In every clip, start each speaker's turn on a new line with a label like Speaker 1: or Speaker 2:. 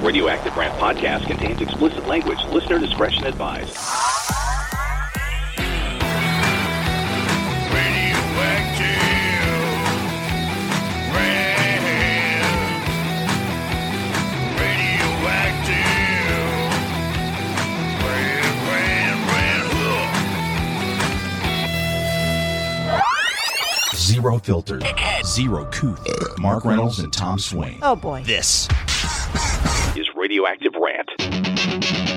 Speaker 1: Radioactive Rant podcast contains explicit language. Listener discretion advised.
Speaker 2: Zero filter, zero couth. Uh, Mark Reynolds and Tom Swain.
Speaker 3: Oh boy.
Speaker 2: This
Speaker 1: Is Radioactive Rant.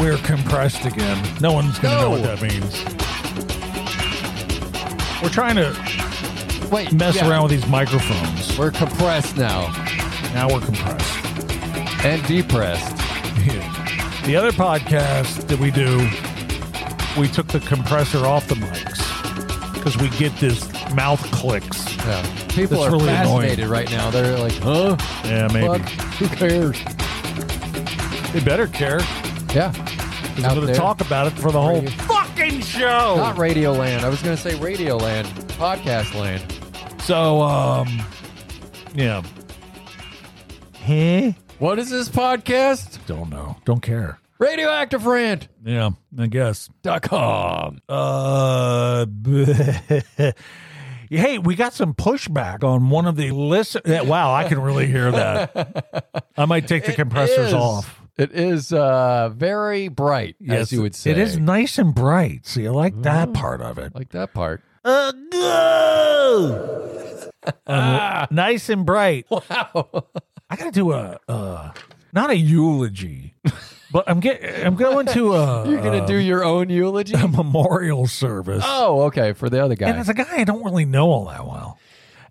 Speaker 4: We're compressed again. No one's going to know what that means. We're trying to
Speaker 5: Wait,
Speaker 4: mess
Speaker 5: yeah.
Speaker 4: around with these microphones.
Speaker 5: We're compressed now
Speaker 4: Now we're compressed.
Speaker 5: and depressed.
Speaker 4: the other podcast that we do, we took the compressor off the mics because we get this mouth clicks.
Speaker 5: Yeah. People
Speaker 4: That's
Speaker 5: are
Speaker 4: really
Speaker 5: fascinated right now. They're like, huh?
Speaker 4: Yeah, maybe.
Speaker 5: Fuck, who cares?
Speaker 4: They better care.
Speaker 5: Yeah.
Speaker 4: 'cause
Speaker 5: Out
Speaker 4: We're going to
Speaker 5: there.
Speaker 4: talk about it for the whole
Speaker 5: Radio-
Speaker 4: fucking show.
Speaker 5: Not Radio Land. I was going to say Radio Land, podcast land.
Speaker 4: so, um, yeah. Huh?
Speaker 5: What is this podcast?
Speaker 4: Don't know. Don't care.
Speaker 5: Radioactive Rant.
Speaker 4: Yeah, I guess.
Speaker 5: Dot com.
Speaker 4: Uh, hey, we got some pushback on one of the listen. yeah, Wow, I can really hear that. I might take the compressors
Speaker 5: Is-
Speaker 4: off.
Speaker 5: It is uh, very bright, as you would say.
Speaker 4: it is nice and bright. See, I like that part of it.
Speaker 5: Like that part.
Speaker 4: Uh, no! Um, nice and bright.
Speaker 5: Ah. Wow.
Speaker 4: I gotta do a uh, not a eulogy, but I'm get I'm going to a,
Speaker 5: You're going to do your own eulogy?
Speaker 4: a memorial service.
Speaker 5: Oh, okay. For the other guy.
Speaker 4: And as a guy I don't really know all that well.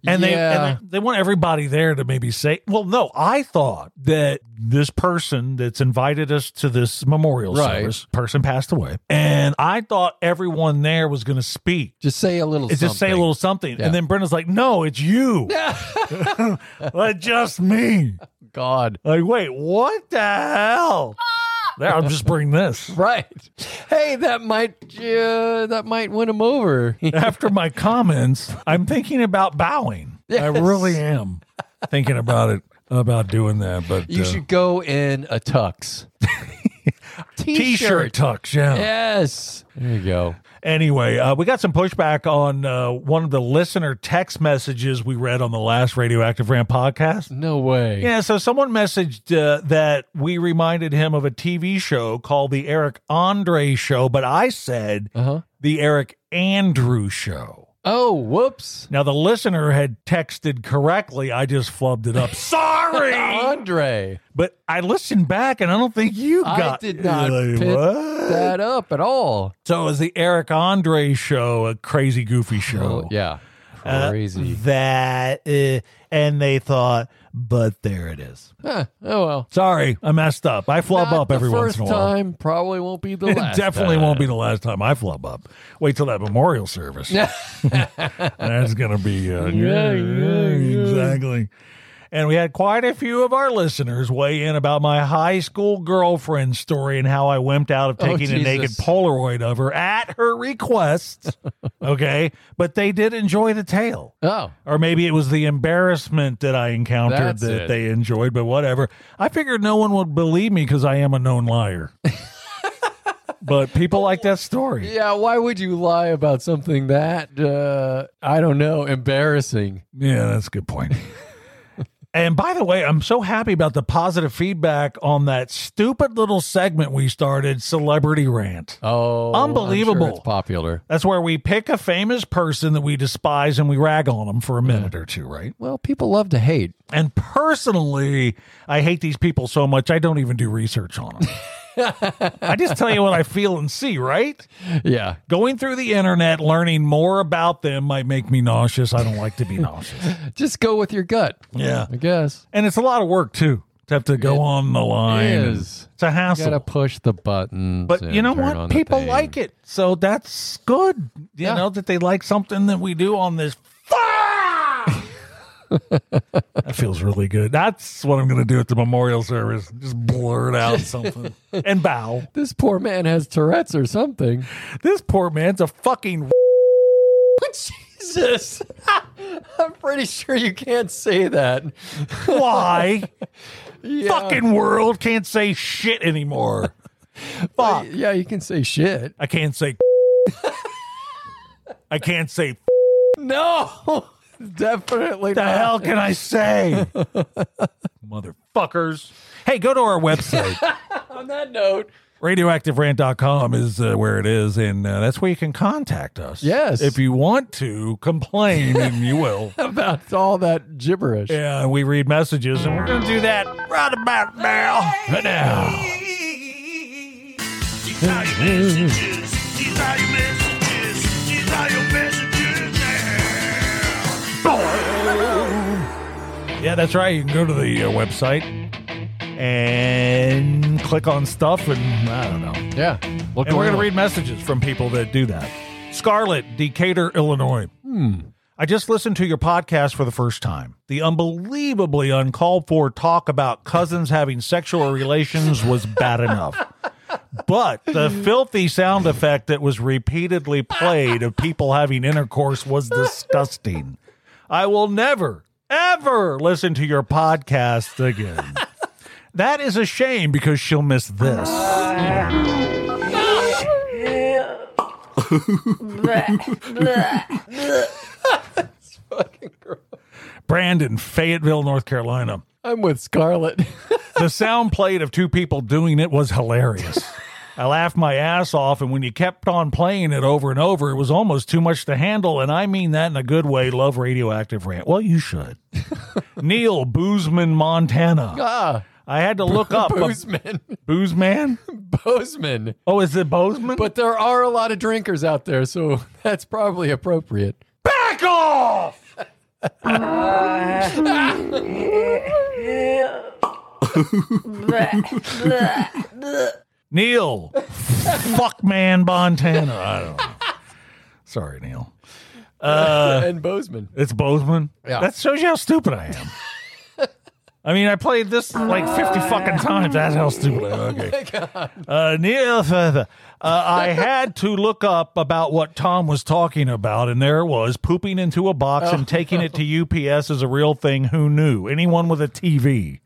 Speaker 4: And they
Speaker 5: Yeah.
Speaker 4: and they want everybody there to maybe say, well, no, I thought that this person that's invited us to this memorial
Speaker 5: Right.
Speaker 4: service, person passed away, and I thought everyone there was going to speak.
Speaker 5: just say a little
Speaker 4: It's
Speaker 5: something.
Speaker 4: Just say a little something,
Speaker 5: Yeah.
Speaker 4: and then Brenda's like, "No, it's you, like just me."
Speaker 5: God.
Speaker 4: Like, wait, what the hell? there, I'll just bring this
Speaker 5: Right. Hey, that might uh, that might win him over.
Speaker 4: after my comments. I'm thinking about bowing. I really am thinking about it about doing that. But
Speaker 5: you
Speaker 4: uh,
Speaker 5: should go in a tux.
Speaker 4: t-shirt tux, yeah.
Speaker 5: Yes. There you go.
Speaker 4: Anyway, uh, we got some pushback on uh, one of the listener text messages we read on the last Radioactive Rant podcast.
Speaker 5: No way.
Speaker 4: Yeah, so someone messaged uh, that we reminded him of a TV show called The Eric Andre Show, but I said
Speaker 5: Uh-huh.
Speaker 4: The Eric Andrew Show.
Speaker 5: Oh, whoops.
Speaker 4: Now, the listener had texted correctly. I just flubbed it up. Sorry.
Speaker 5: Andre.
Speaker 4: but I listened back and I don't think you
Speaker 5: I
Speaker 4: got
Speaker 5: did not
Speaker 4: Like,
Speaker 5: pick
Speaker 4: what?
Speaker 5: That up at all.
Speaker 4: So it was the Eric Andre show, a crazy goofy show.
Speaker 5: Oh, yeah.
Speaker 4: Uh,
Speaker 5: Crazy.
Speaker 4: that uh, and they thought, but there it is.
Speaker 5: Huh. Oh well.
Speaker 4: Sorry, I messed up. I flub
Speaker 5: Not
Speaker 4: up every
Speaker 5: the
Speaker 4: once
Speaker 5: first
Speaker 4: in a while.
Speaker 5: time. Probably won't be the
Speaker 4: It
Speaker 5: last.
Speaker 4: definitely won't be
Speaker 5: time.
Speaker 4: the last time I flub up. Wait till that memorial service. That's gonna be uh,
Speaker 5: Yeah, yeah, yeah.
Speaker 4: exactly. And we had quite a few of our listeners weigh in about my high school girlfriend story and how I wimped out of
Speaker 5: Oh,
Speaker 4: taking a naked
Speaker 5: Jesus.
Speaker 4: Polaroid of her at her request. okay, but they did enjoy the tale.
Speaker 5: Oh.
Speaker 4: Or maybe it was the embarrassment that I encountered
Speaker 5: That's
Speaker 4: that
Speaker 5: it.
Speaker 4: they enjoyed, but whatever. I figured no one would believe me because I am a known liar. but people like that story.
Speaker 5: Yeah, why would you lie about something that uh I don't know, embarrassing.
Speaker 4: Yeah, that's a good point. and by the way, I'm so happy about the positive feedback on that stupid little segment we started, Celebrity Rant.
Speaker 5: Oh, I'm sure
Speaker 4: Unbelievable.
Speaker 5: it's popular.
Speaker 4: That's where we pick a famous person that we despise and we rag on them for a minute or two, right?
Speaker 5: Well, people love to hate.
Speaker 4: And personally, I hate these people so much, I don't even do research on them. I just tell you what I feel and see, right?
Speaker 5: Yeah.
Speaker 4: Going through the internet, learning more about them might make me nauseous. I don't like to be nauseous.
Speaker 5: Just go with your gut.
Speaker 4: Yeah.
Speaker 5: I guess.
Speaker 4: And it's a lot of work, too, to have to go on the line.
Speaker 5: is.
Speaker 4: It's a
Speaker 5: You gotta
Speaker 4: hassle.
Speaker 5: push the button.
Speaker 4: But you know what? People like it. So that's good. You
Speaker 5: Yeah.
Speaker 4: know, that they like something that we do on this That feels really good. That's what I'm going to do at the memorial service. Just blurt out something and bow.
Speaker 5: This poor man has Tourette's or something.
Speaker 4: This poor man's a fucking.
Speaker 5: Jesus. I'm pretty sure you can't say that.
Speaker 4: Why?
Speaker 5: Yeah.
Speaker 4: Fucking world can't say shit anymore. Fuck.
Speaker 5: Yeah, you can say shit.
Speaker 4: I can't say. I can't say.
Speaker 5: No. Definitely
Speaker 4: The
Speaker 5: not.
Speaker 4: hell can I say? Motherfuckers. Hey, go to our website.
Speaker 5: On that note.
Speaker 4: RadioactiveRant.com is uh, where it is, and uh, that's where you can contact us.
Speaker 5: Yes.
Speaker 4: If you want to complain, and you will.
Speaker 5: About all that gibberish.
Speaker 4: Yeah, we read messages, and we're going to do that right about now. Right now. Yeah, that's right. You can go to the uh, website and click on stuff, and I don't know.
Speaker 5: Yeah. Look
Speaker 4: And we're going
Speaker 5: around.
Speaker 4: to read messages from people that do that. Scarlett, Decatur, Illinois. Hmm. I just listened to your podcast for the first time. The unbelievably uncalled for talk about cousins having sexual relations was bad enough. But the filthy sound effect that was repeatedly played of people having intercourse was disgusting. I will never, ever listen to your podcast again. That is a shame because she'll miss this.
Speaker 5: Fucking gross.
Speaker 4: Brandon, Fayetteville, North Carolina.
Speaker 5: I'm with Scarlett.
Speaker 4: The sound played of two people doing it was hilarious. I laughed my ass off, and when you kept on playing it over and over, it was almost too much to handle. And I mean that in a good way. Love radioactive rant. Well, you should. Neil Boozman, Montana.
Speaker 5: ah.
Speaker 4: I had to look up
Speaker 5: Bozeman.
Speaker 4: Boozman.
Speaker 5: Bozeman.
Speaker 4: Oh, is it Boozman?
Speaker 5: But there are a lot of drinkers out there, so that's probably appropriate.
Speaker 4: back off. Neil, fuck man, Montana. I don't know. Sorry, Neil. Uh.
Speaker 5: and Bozeman.
Speaker 4: It's Bozeman.
Speaker 5: Yeah.
Speaker 4: That shows you how stupid I am. I mean, I played this like 50 fucking times. That's how stupid I am. Okay. Uh, Neil, uh, I had to look up about what Tom was talking about, and there it was pooping into a box and taking it to UPS is a real thing. Who knew? Anyone with a TV.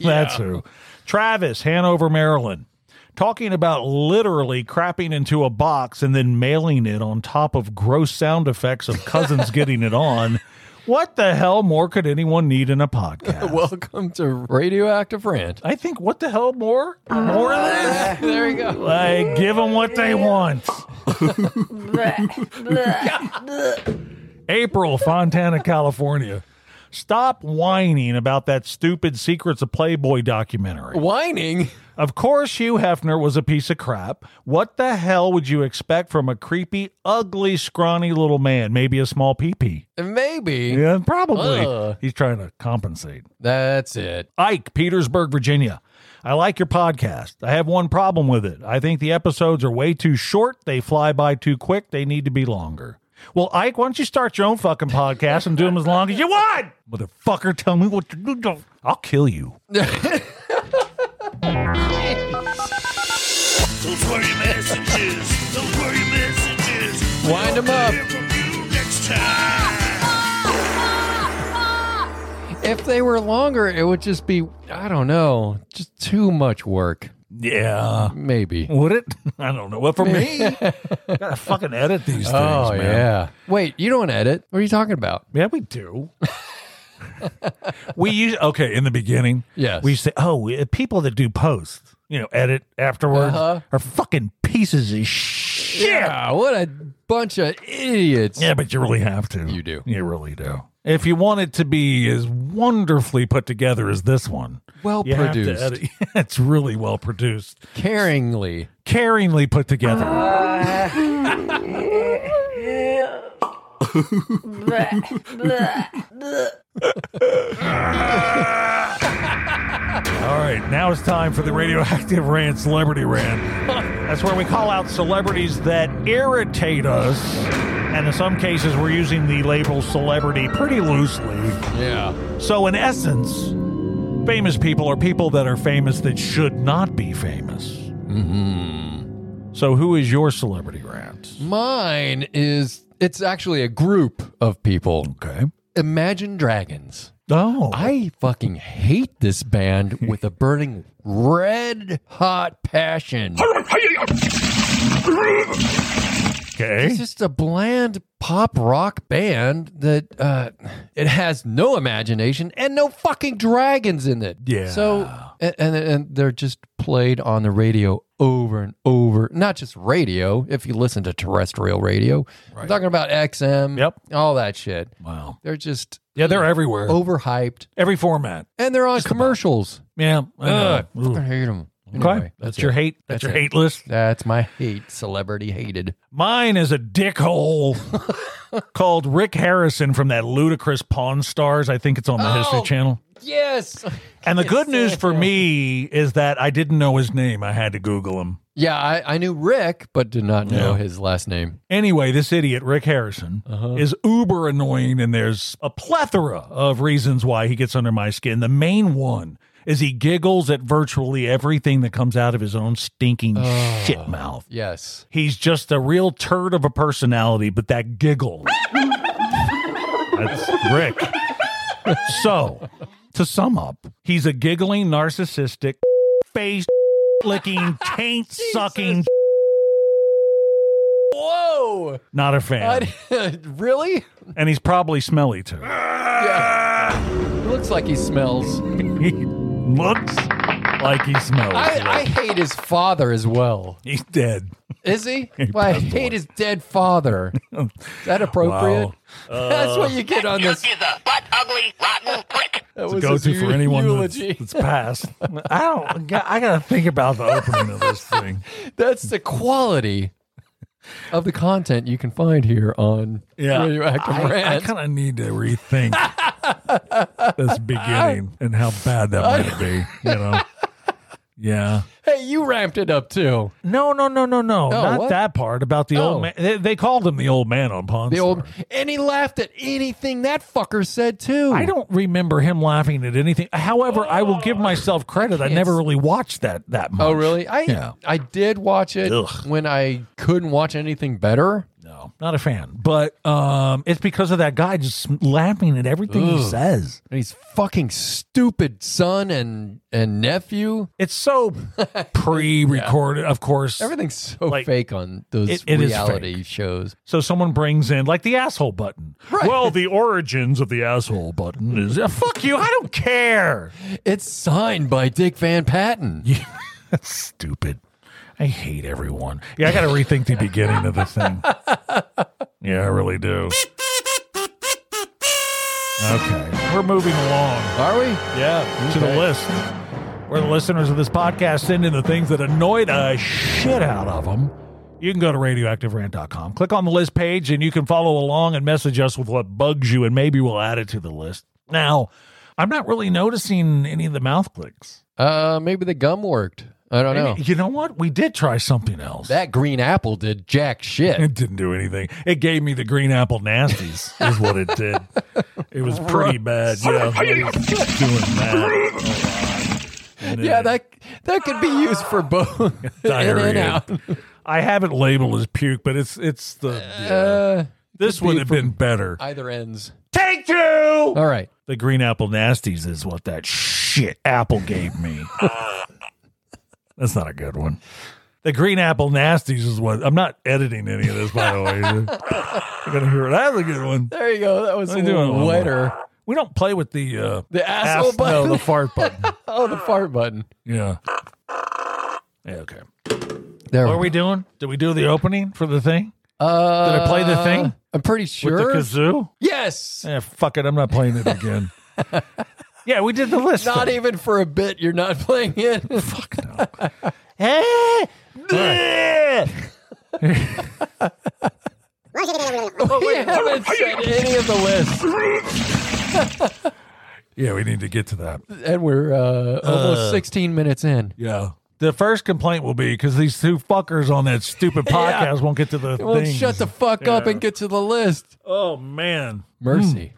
Speaker 4: That's who. Travis, Hanover, Maryland. Talking about literally crapping into a box and then mailing it on top of gross sound effects of cousins getting it on. What the hell more could anyone need in a podcast?
Speaker 5: Welcome to Radioactive Rant.
Speaker 4: I think what the hell more? More of this?
Speaker 5: There you go.
Speaker 4: Like, give them what they want. April, Fontana, California. Stop whining about that stupid Secrets of Playboy documentary.
Speaker 5: Whining.
Speaker 4: Of course, Hugh Hefner was a piece of crap. What the hell would you expect from a creepy, ugly, scrawny little man? Maybe a small peepee.
Speaker 5: Maybe.
Speaker 4: Yeah, probably.
Speaker 5: Ugh.
Speaker 4: He's trying to compensate.
Speaker 5: That's it.
Speaker 4: Ike, Petersburg, Virginia. I like your podcast. I have one problem with it. I think the episodes are way too short. They fly by too quick. They need to be longer. Well, Ike, why don't you start your own fucking podcast and do them as long as you want? Motherfucker, tell me what you do. I'll kill you.
Speaker 3: Those were your messages. Those were your messages.
Speaker 5: Wind 'em up.
Speaker 3: Hear from you next time.
Speaker 5: If they were longer, it would just be, I don't know, just too much work.
Speaker 4: Yeah.
Speaker 5: Maybe.
Speaker 4: Would it? I don't know. Well, for me, gotta fucking edit these things,
Speaker 5: Oh,
Speaker 4: man.
Speaker 5: yeah. Wait, you don't edit. What are you talking about?
Speaker 4: Yeah, we do. we use okay in the beginning.
Speaker 5: Yes.
Speaker 4: we say, oh, we- people that do posts, you know, edit afterwards
Speaker 5: Uh-huh.
Speaker 4: are fucking pieces of shit.
Speaker 5: Yeah, what a bunch of idiots.
Speaker 4: Yeah, but you really have to.
Speaker 5: You do.
Speaker 4: You really do. If you want it to be as wonderfully put together as this one,
Speaker 5: Well
Speaker 4: you have to
Speaker 5: produced.
Speaker 4: edit- it's really well produced,
Speaker 5: Caringly.
Speaker 4: caringly put together. All right, now it's time for the radioactive rant, celebrity rant. That's where we call out celebrities that irritate us And in some cases, we're using the label celebrity pretty loosely.
Speaker 5: Yeah.
Speaker 4: So, in essence, famous people are people that are famous that should not be famous. Mm-hmm.
Speaker 5: Mm-hmm.
Speaker 4: So, who is your celebrity rant?
Speaker 5: Mine is it's actually a group of people.
Speaker 4: Okay.
Speaker 5: Imagine Dragons.
Speaker 4: Oh,
Speaker 5: I fucking hate this band with a burning red hot passion.
Speaker 4: okay.
Speaker 5: It's just a bland pop rock band that uh, it has no imagination and no fucking dragons in it.
Speaker 4: Yeah.
Speaker 5: So and, and and they're just played on the radio over and over. Not just radio. If you listen to terrestrial radio, I'm talking about XM.
Speaker 4: Yep.
Speaker 5: All that shit.
Speaker 4: Wow.
Speaker 5: They're just
Speaker 4: Yeah, they're everywhere.
Speaker 5: overhyped
Speaker 4: Every format.
Speaker 5: and they're on commercials.
Speaker 4: Yeah. I know.
Speaker 5: Ugh,
Speaker 4: Ooh.
Speaker 5: fucking hate them.
Speaker 4: Okay. that's your hate. That's,
Speaker 5: That's
Speaker 4: your
Speaker 5: it.
Speaker 4: hate list.
Speaker 5: That's my hate. Celebrity hated.
Speaker 4: Mine is a dickhole called Rick Harrison from that ludicrous Pawn Stars. I think it's on the History
Speaker 5: Oh.
Speaker 4: Channel.
Speaker 5: Yes.
Speaker 4: And the good news for me is that I didn't know his name. I had to Google him.
Speaker 5: Yeah, I, I knew Rick, but did not know
Speaker 4: Yeah.
Speaker 5: his last name.
Speaker 4: Anyway, this idiot, Rick Harrison, is uber annoying, and there's a plethora of reasons why he gets under my skin. The main one is he giggles at virtually everything that comes out of his own stinking shit mouth.
Speaker 5: Yes.
Speaker 4: He's just a real turd of a personality, but that giggle. That's Rick. So, to sum up, he's a giggling, narcissistic, face licking, taint sucking.
Speaker 5: Whoa!
Speaker 4: Not a fan.
Speaker 5: really?
Speaker 4: And he's probably smelly too.
Speaker 5: Looks like he smells.
Speaker 4: He looks like he smells.
Speaker 5: I, I hate his father as well.
Speaker 4: he's dead.
Speaker 5: Is he? Well, I hate his dead father. Is that appropriate?
Speaker 4: Wow.
Speaker 5: That's what you get on this.
Speaker 3: is a butt ugly, rotten prick.
Speaker 5: That
Speaker 4: It's a
Speaker 5: was
Speaker 4: go
Speaker 5: his
Speaker 4: to for
Speaker 5: eu-
Speaker 4: anyone that's,
Speaker 5: eulogy.
Speaker 4: that's passed. I don't. I gotta think about the opening of this thing.
Speaker 5: That's the quality of the content you can find here on
Speaker 4: Yeah,
Speaker 5: Radioactive
Speaker 4: I,
Speaker 5: Rant.
Speaker 4: kind of need to rethink this beginning and how bad that might be. You know? Yeah.
Speaker 5: hey, you ramped it up too.
Speaker 4: No, no, no, no, no. Not
Speaker 5: what?
Speaker 4: that part about the
Speaker 5: Oh.
Speaker 4: old man. They, they called him the old man on Pawn
Speaker 5: The old
Speaker 4: Stars.
Speaker 5: and he laughed at anything that fucker said too.
Speaker 4: I don't remember him laughing at anything. However, I will give myself credit. I never really watched that that much.
Speaker 5: Oh really? I
Speaker 4: Yeah.
Speaker 5: I did watch it
Speaker 4: Ugh.
Speaker 5: when I couldn't watch anything better.
Speaker 4: No, not a fan. But um, it's because of that guy just laughing at everything he says.
Speaker 5: And he's fucking stupid son and and nephew.
Speaker 4: It's so pre-recorded, of course.
Speaker 5: Everything's so
Speaker 4: Like,
Speaker 5: fake on those
Speaker 4: it- it is
Speaker 5: reality shows.
Speaker 4: So someone brings in like the asshole button. Well, the origins of the asshole button is Uh, fuck you. I don't care.
Speaker 5: It's signed by Dick Van Patten.
Speaker 4: That's stupid. I hate everyone. Yeah, I got to rethink the beginning of the thing. Yeah, I really do. Okay, we're moving along.
Speaker 5: Are we?
Speaker 4: Yeah, to the
Speaker 5: Okay.
Speaker 4: list. Where the listeners of this podcast send in the things that annoy the shit out of them. You can go to radioactiverant.com, click on the list page, and you can follow along and message us with what bugs you, and maybe we'll add it to the list. Now, I'm not really noticing any of the mouth clicks.
Speaker 5: Uh maybe the gum worked. I don't know.
Speaker 4: And You know what? We did try something else.
Speaker 5: That green apple did jack shit.
Speaker 4: it didn't do anything. It gave me the green apple nasties, is what it did. It was pretty bad. Yeah, it was doing that. a lot.
Speaker 5: yeah, that that could be used for both. in and
Speaker 4: diarrhea.
Speaker 5: out.
Speaker 4: I haven't labeled as puke, but it's it's the yeah.
Speaker 5: Uh,
Speaker 4: this
Speaker 5: could
Speaker 4: would
Speaker 5: be
Speaker 4: have
Speaker 5: from
Speaker 4: been better.
Speaker 5: either ends.
Speaker 4: Take two.
Speaker 5: All right.
Speaker 4: The green apple nasties is what that shit apple gave me. That's not a good one. The green apple nasties is what I'm not editing any of this. By the way, you're gonna hear it. That's a good one.
Speaker 5: There you go. That was a
Speaker 4: Let me do it one
Speaker 5: little
Speaker 4: more.
Speaker 5: wetter.
Speaker 4: We don't play with the uh,
Speaker 5: The asshole
Speaker 4: no,
Speaker 5: button.
Speaker 4: the fart button.
Speaker 5: Oh, the fart button.
Speaker 4: Yeah. Yeah. Okay.
Speaker 5: There.
Speaker 4: What are we doing? Did we do the opening for the thing
Speaker 5: Uh,
Speaker 4: Did I play the thing?
Speaker 5: I'm pretty
Speaker 4: with
Speaker 5: sure.
Speaker 4: the kazoo?
Speaker 5: yes.
Speaker 4: Eh, fuck it. I'm not playing it again. yeah, we did the list.
Speaker 5: Not e- even for a bit. You're not playing it.
Speaker 4: Fuck no. Eh, bleh.
Speaker 5: we haven't said any of the list,
Speaker 4: Yeah, we need to get to that. Uh,
Speaker 5: and we're uh, almost 16 minutes in.
Speaker 4: Yeah. The first complaint will be because these two fuckers on that stupid podcast won't get to the
Speaker 5: Well,
Speaker 4: thing.
Speaker 5: shut the fuck up and get to the list.
Speaker 4: oh man.
Speaker 5: Mercy.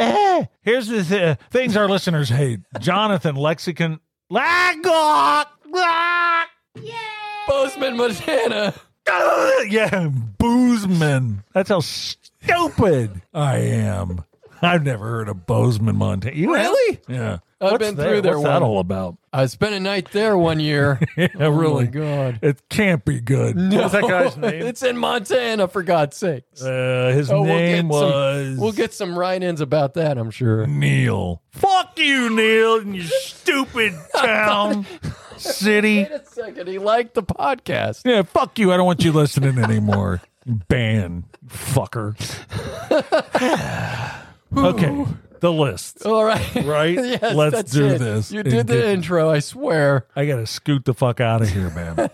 Speaker 4: Eh, here's the th- things our listeners hate: Jonathan Lexicon. Lagok. Ah!
Speaker 5: Bozeman, Montana.
Speaker 4: Ah! Yeah, Boozman. That's how stupid I am. I've never heard of Bozeman, Montana. You have?
Speaker 5: Really?
Speaker 4: Yeah.
Speaker 5: I've been through there
Speaker 4: What's that
Speaker 5: one-
Speaker 4: all about?
Speaker 5: I spent a night there one year. Oh
Speaker 4: Yeah, really.
Speaker 5: God.
Speaker 4: It can't be good. What's that guy's name?
Speaker 5: it's in Montana, for God's sakes.
Speaker 4: Uh, his
Speaker 5: Oh, we'll get
Speaker 4: name
Speaker 5: some-
Speaker 4: was
Speaker 5: We'll get some write-ins about that, I'm sure.
Speaker 4: Neil. Fuck you, Neil, and you stupid town, city.
Speaker 5: Wait a second, he liked the podcast.
Speaker 4: Yeah, fuck you. I don't want you listening anymore. Ban, fucker. okay, the list.
Speaker 5: All right.
Speaker 4: Right?
Speaker 5: yes,
Speaker 4: Let's
Speaker 5: that's
Speaker 4: do
Speaker 5: it.
Speaker 4: this.
Speaker 5: You
Speaker 4: and get-
Speaker 5: did the intro, I swear.
Speaker 4: I gotta scoot the fuck out of here, man.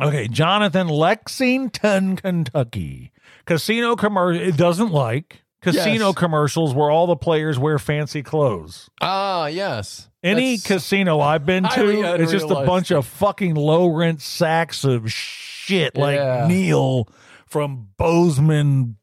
Speaker 4: okay, Jonathan, Lexington, Kentucky. Casino commercial it doesn't like casino
Speaker 5: Yes.
Speaker 4: commercials where all the players wear fancy clothes.
Speaker 5: Ah, yes.
Speaker 4: Any
Speaker 5: That's-
Speaker 4: casino I've been
Speaker 5: highly
Speaker 4: to, it's just a
Speaker 5: unrealistic.
Speaker 4: bunch of fucking low rent sacks of shit like
Speaker 5: Yeah.
Speaker 4: Neil from Bozeman,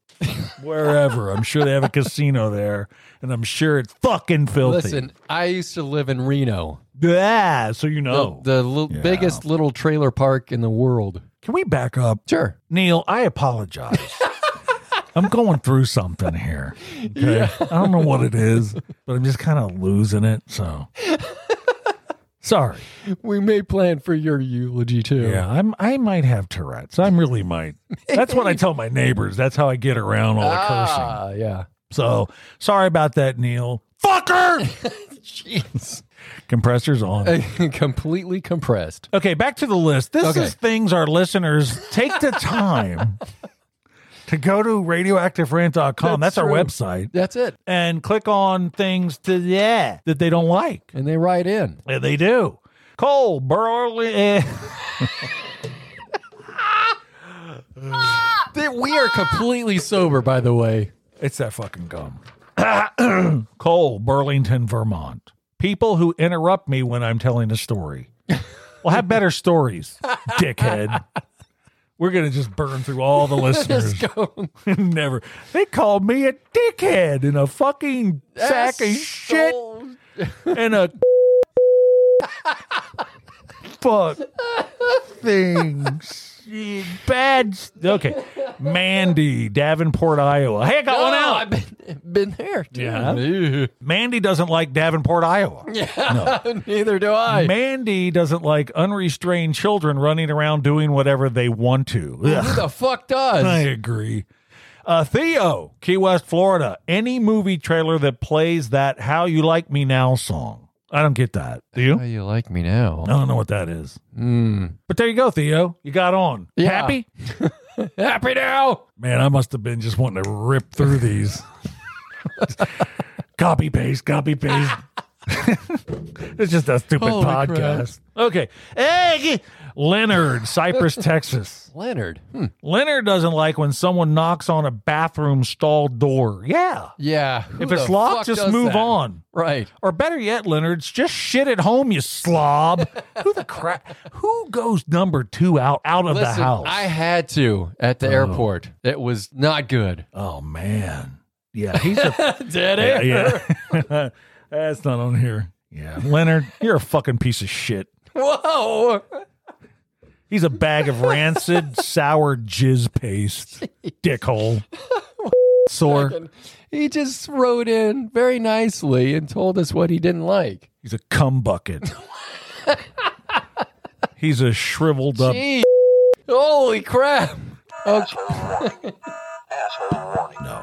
Speaker 4: wherever. I'm sure they have a casino there, and I'm sure it's fucking filthy.
Speaker 5: Listen, I used to live in Reno,
Speaker 4: yeah, so you
Speaker 5: the,
Speaker 4: know.
Speaker 5: the li-
Speaker 4: Oh, Yeah.
Speaker 5: biggest little trailer park in the world.
Speaker 4: Can we back up?
Speaker 5: Sure.
Speaker 4: Neil, I apologize. I'm going through something here. Okay. I don't know what it is, but I'm just kind of losing it. So sorry.
Speaker 5: We may plan for your eulogy too.
Speaker 4: Yeah, I'm I might have Tourette's. I'm really might. That's what I tell my neighbors. That's how I get around all the cursing.
Speaker 5: Ah, yeah.
Speaker 4: So sorry about that, Neil. Fucker!
Speaker 5: Jeez.
Speaker 4: Compressor's on.
Speaker 5: Completely compressed.
Speaker 4: Okay, back to the list. This
Speaker 5: Okay.
Speaker 4: is things our listeners take the time to go to radioactiverant.com. That's,
Speaker 5: That's
Speaker 4: our
Speaker 5: true.
Speaker 4: website.
Speaker 5: That's it.
Speaker 4: and click on things to yeah that they don't like.
Speaker 5: And they write in.
Speaker 4: Yeah, they do. Cole Burley. eh.
Speaker 5: They- we are completely sober, by the way.
Speaker 4: It's that fucking gum. Cole Burlington, Vermont. People who interrupt me when I'm telling a story. Well, have better stories, dickhead. We're gonna just burn through all the listeners.
Speaker 5: Just go.
Speaker 4: Never. They called me a dickhead and a fucking sack of shit.
Speaker 5: Asshole.
Speaker 4: and a fuck things. Bad. st- Okay. Mandy, Davenport, Iowa. Hey, I got
Speaker 5: Oh,
Speaker 4: one out.
Speaker 5: I've been, been there. Too.
Speaker 4: Yeah.
Speaker 5: Ew.
Speaker 4: Mandy doesn't like Davenport, Iowa.
Speaker 5: Neither do I.
Speaker 4: Mandy doesn't like unrestrained children running around doing whatever they want to.
Speaker 5: Who
Speaker 4: Ugh,
Speaker 5: the fuck does?
Speaker 4: I agree. Uh, Theo, Key West, Florida. Any movie trailer that plays that How You Like Me Now song. I don't get that. Do you?
Speaker 5: How you like me now?
Speaker 4: I don't know what that is.
Speaker 5: Mm.
Speaker 4: But there you go, Theo. You got on.
Speaker 5: Yeah.
Speaker 4: Happy?
Speaker 5: Happy now.
Speaker 4: Man, I must have been just wanting to rip through these. copy paste, copy paste. it's just a stupid
Speaker 5: Holy crap.
Speaker 4: podcast. Okay. Egg Leonard, Cypress, Texas.
Speaker 5: Leonard. Hmm.
Speaker 4: Leonard doesn't like when someone knocks on a bathroom stall door. Yeah.
Speaker 5: Yeah. who
Speaker 4: if
Speaker 5: the
Speaker 4: it's locked,
Speaker 5: fuck
Speaker 4: just
Speaker 5: does
Speaker 4: move
Speaker 5: that?
Speaker 4: on.
Speaker 5: Right.
Speaker 4: Or better yet, Leonard's just shit at home, you slob. Who the crap? Who goes number two out out of the
Speaker 5: Listen,
Speaker 4: house?
Speaker 5: I had to at the airport. It was not good.
Speaker 4: Oh man. Yeah, he's a
Speaker 5: Did
Speaker 4: yeah. yeah. That's not on here. Yeah. Leonard, you're a fucking piece of shit.
Speaker 5: Whoa.
Speaker 4: He's a bag of rancid, sour jizz paste. Dickhole. Sore.
Speaker 5: He just wrote in very nicely and told us what he didn't like.
Speaker 4: He's a cum bucket. He's a shriveled up.
Speaker 5: Gee. Holy crap. Okay.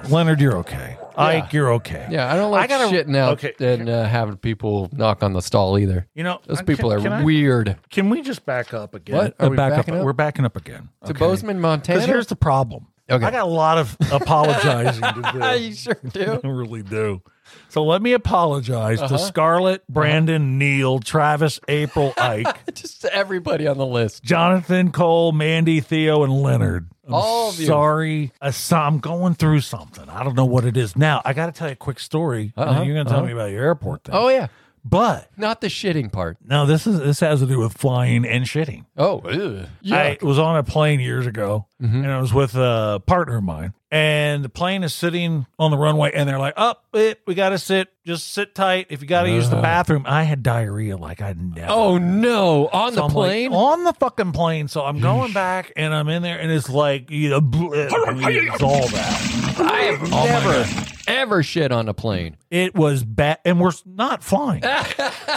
Speaker 4: Leonard, you're okay. Ike, you're okay.
Speaker 5: Yeah, I don't like
Speaker 4: I gotta-
Speaker 5: shitting out
Speaker 4: okay.
Speaker 5: and uh, having people knock on the stall either.
Speaker 4: You know,
Speaker 5: Those
Speaker 4: I-
Speaker 5: people
Speaker 4: can,
Speaker 5: are
Speaker 4: can I-
Speaker 5: weird.
Speaker 4: Can we just back up again?
Speaker 5: What? Are
Speaker 4: Uh,
Speaker 5: we
Speaker 4: back
Speaker 5: backing up?
Speaker 4: We're backing up again.
Speaker 5: To Bozeman, Montana.
Speaker 4: Because here's the problem.
Speaker 5: Okay.
Speaker 4: I got a lot of apologizing to do.
Speaker 5: Ah, you sure do.
Speaker 4: I really do. So let me apologize
Speaker 5: Uh-huh.
Speaker 4: to Scarlett, Brandon, Neil, Travis, April, Ike,
Speaker 5: Just everybody on the list.
Speaker 4: Jonathan, Cole, Mandy, Theo, and Leonard. I'm
Speaker 5: All of you.
Speaker 4: sorry. Uh, so- I'm going through something. I don't know what it is. Now, I got to tell you a quick story. and then
Speaker 5: Uh-huh,
Speaker 4: you're going to tell
Speaker 5: uh-huh.
Speaker 4: me about your airport thing.
Speaker 5: Oh yeah.
Speaker 4: But
Speaker 5: Not the shitting part.
Speaker 4: no, this is this has to do with flying and shitting.
Speaker 5: Oh, ew.
Speaker 4: I was on a plane years ago
Speaker 5: Mm-hmm.
Speaker 4: and I was with a partner of mine. And the plane is sitting on the runway and they're like, Up, it, we got to sit. Just sit tight. If you got to use the bathroom, I had diarrhea like I never.
Speaker 5: Uh. Oh no! On
Speaker 4: So
Speaker 5: the
Speaker 4: I'm like,
Speaker 5: plane?
Speaker 4: on the fucking plane. So I'm going back and I'm in there and it's like, you know, bl- it's all that.
Speaker 5: I have
Speaker 4: Oh
Speaker 5: never, ever shit on a plane.
Speaker 4: It was bad. And we're not flying.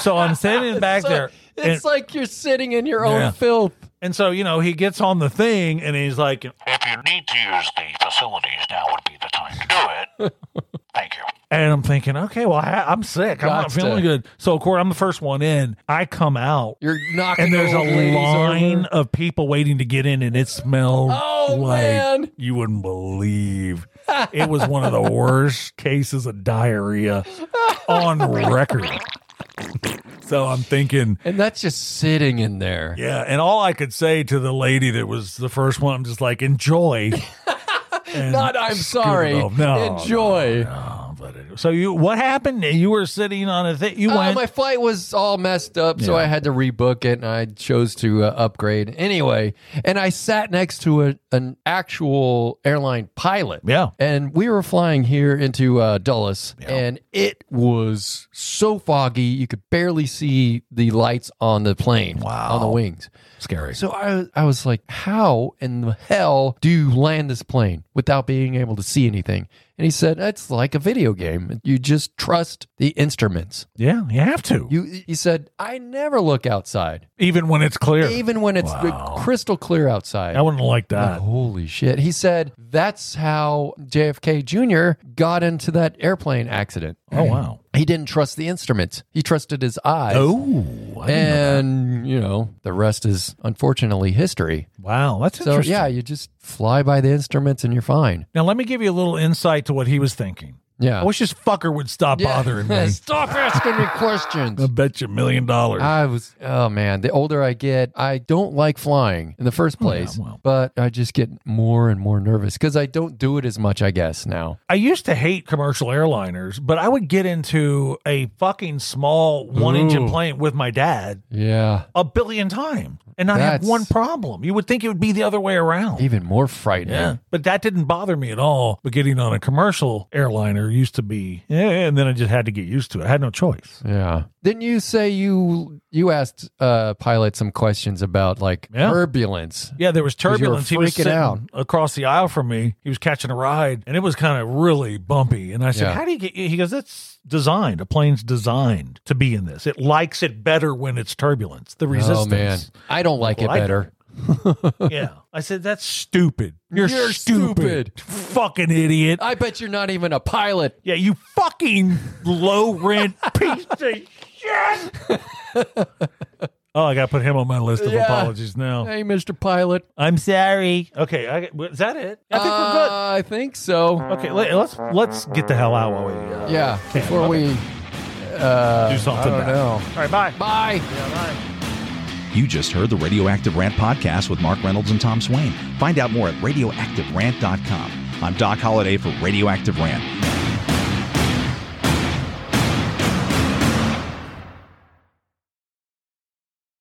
Speaker 4: so I'm standing back
Speaker 5: So,
Speaker 4: there. and-
Speaker 5: It's like you're sitting in your
Speaker 4: Yeah.
Speaker 5: own filth.
Speaker 4: And so, you know, he gets on the thing and he's like,
Speaker 6: If you need to use the facilities, now would be the time to do it. Thank you.
Speaker 4: and I'm thinking, okay, well, I, I'm sick. I'm not
Speaker 5: Gotcha.
Speaker 4: feeling good. So, of course, I'm the first one in. I come out
Speaker 5: You're knocking.
Speaker 4: and there's a
Speaker 5: old ladies
Speaker 4: line
Speaker 5: over.
Speaker 4: of people waiting to get in, and it smelled
Speaker 5: Oh,
Speaker 4: like
Speaker 5: man.
Speaker 4: you wouldn't believe. It was one of the worst cases of diarrhea on record. So I'm thinking,
Speaker 5: and that's just sitting in there.
Speaker 4: yeah. And all I could say to the lady that was the first one, I'm just like, enjoy. And
Speaker 5: Not. I'm
Speaker 4: scoot it
Speaker 5: sorry.
Speaker 4: off. No,
Speaker 5: Enjoy.
Speaker 4: Oh, but it- so you, what happened? You were sitting on a thing. You
Speaker 5: Uh,
Speaker 4: went.
Speaker 5: my flight was all messed up, so I had to rebook it, and I chose to uh, upgrade anyway. And I sat next to a, an actual airline pilot.
Speaker 4: Yeah.
Speaker 5: and we were flying here into uh, Dulles, and it was so foggy you could barely see the lights on the plane, wow. on the wings.
Speaker 4: Scary.
Speaker 5: So I, I was like, how in the hell do you land this plane without being able to see anything? And he said, it's like a video game. You just trust the instruments.
Speaker 4: Yeah, you have to.
Speaker 5: You, he said, I never look outside,
Speaker 4: Even when it's clear.
Speaker 5: even when it's crystal clear outside.
Speaker 4: I wouldn't like
Speaker 5: Like,
Speaker 4: that.
Speaker 5: holy shit. He said, that's how JFK Jr. got into that airplane accident.
Speaker 4: Oh, wow.
Speaker 5: He didn't trust the instruments, he trusted his eyes.
Speaker 4: Oh, I didn't know
Speaker 5: And, you know, the rest is unfortunately history.
Speaker 4: that. wow. That's
Speaker 5: So,
Speaker 4: interesting.
Speaker 5: yeah, you just fly by the instruments and you're fine.
Speaker 4: Now, let me give you a little insight to what he was thinking.
Speaker 5: Yeah.
Speaker 4: I wish this fucker would stop
Speaker 5: Yeah.
Speaker 4: bothering me.
Speaker 5: Stop asking me
Speaker 4: I
Speaker 5: questions.
Speaker 4: bet you a million dollars.
Speaker 5: I was, oh man, the older I get, I don't like flying in the first place,
Speaker 4: Oh, well.
Speaker 5: but I just get more and more nervous because I don't do it as much, I guess, now.
Speaker 4: I used to hate commercial airliners, but I would get into a fucking small one engine
Speaker 5: Ooh.
Speaker 4: plane with my dad
Speaker 5: Yeah.
Speaker 4: a billion times and not have
Speaker 5: That's-
Speaker 4: one problem. You would think it would be the other way around.
Speaker 5: Even more frightening.
Speaker 4: Yeah. But that didn't bother me at all. But getting on a commercial airliner used to be, yeah, and then I just had to get used to it. I had no choice.
Speaker 5: Yeah. Didn't you say you you asked uh pilot some questions about like
Speaker 4: Yeah.
Speaker 5: turbulence?
Speaker 4: Yeah, there was
Speaker 5: 'Cause you were
Speaker 4: turbulence. He was
Speaker 5: freaking
Speaker 4: sitting
Speaker 5: out.
Speaker 4: across the aisle from me. He was catching a ride, and it was kind of really bumpy. And I said,
Speaker 5: Yeah.
Speaker 4: "How do you get?" He goes, "That's designed. A plane's designed to be in this. It likes it better when it's turbulence. The
Speaker 5: Oh man.
Speaker 4: resistance.
Speaker 5: I don't like it
Speaker 4: Like-
Speaker 5: better.
Speaker 4: yeah." I said, "That's stupid. You're,
Speaker 5: You're
Speaker 4: stupid. Fucking idiot.
Speaker 5: I bet you're not even a pilot.
Speaker 4: Yeah, you fucking low rent piece of shit. Oh, I got to put him on my list of
Speaker 5: Yeah.
Speaker 4: apologies now.
Speaker 5: Hey, Mr. Pilot.
Speaker 4: I'm sorry. Okay, I, is that it? I think we're
Speaker 5: Uh, I think so.
Speaker 4: good. Okay, let, let's let's get the hell out while we uh,
Speaker 5: Yeah. Before we
Speaker 4: do something.
Speaker 5: I don't
Speaker 4: now.
Speaker 5: know.
Speaker 4: All right, bye.
Speaker 5: Bye.
Speaker 2: You just heard the Radioactive Rant podcast with Mark Reynolds and Tom Swain. Find out more at radioactiverant.com. I'm Doc Holliday for Radioactive Rant.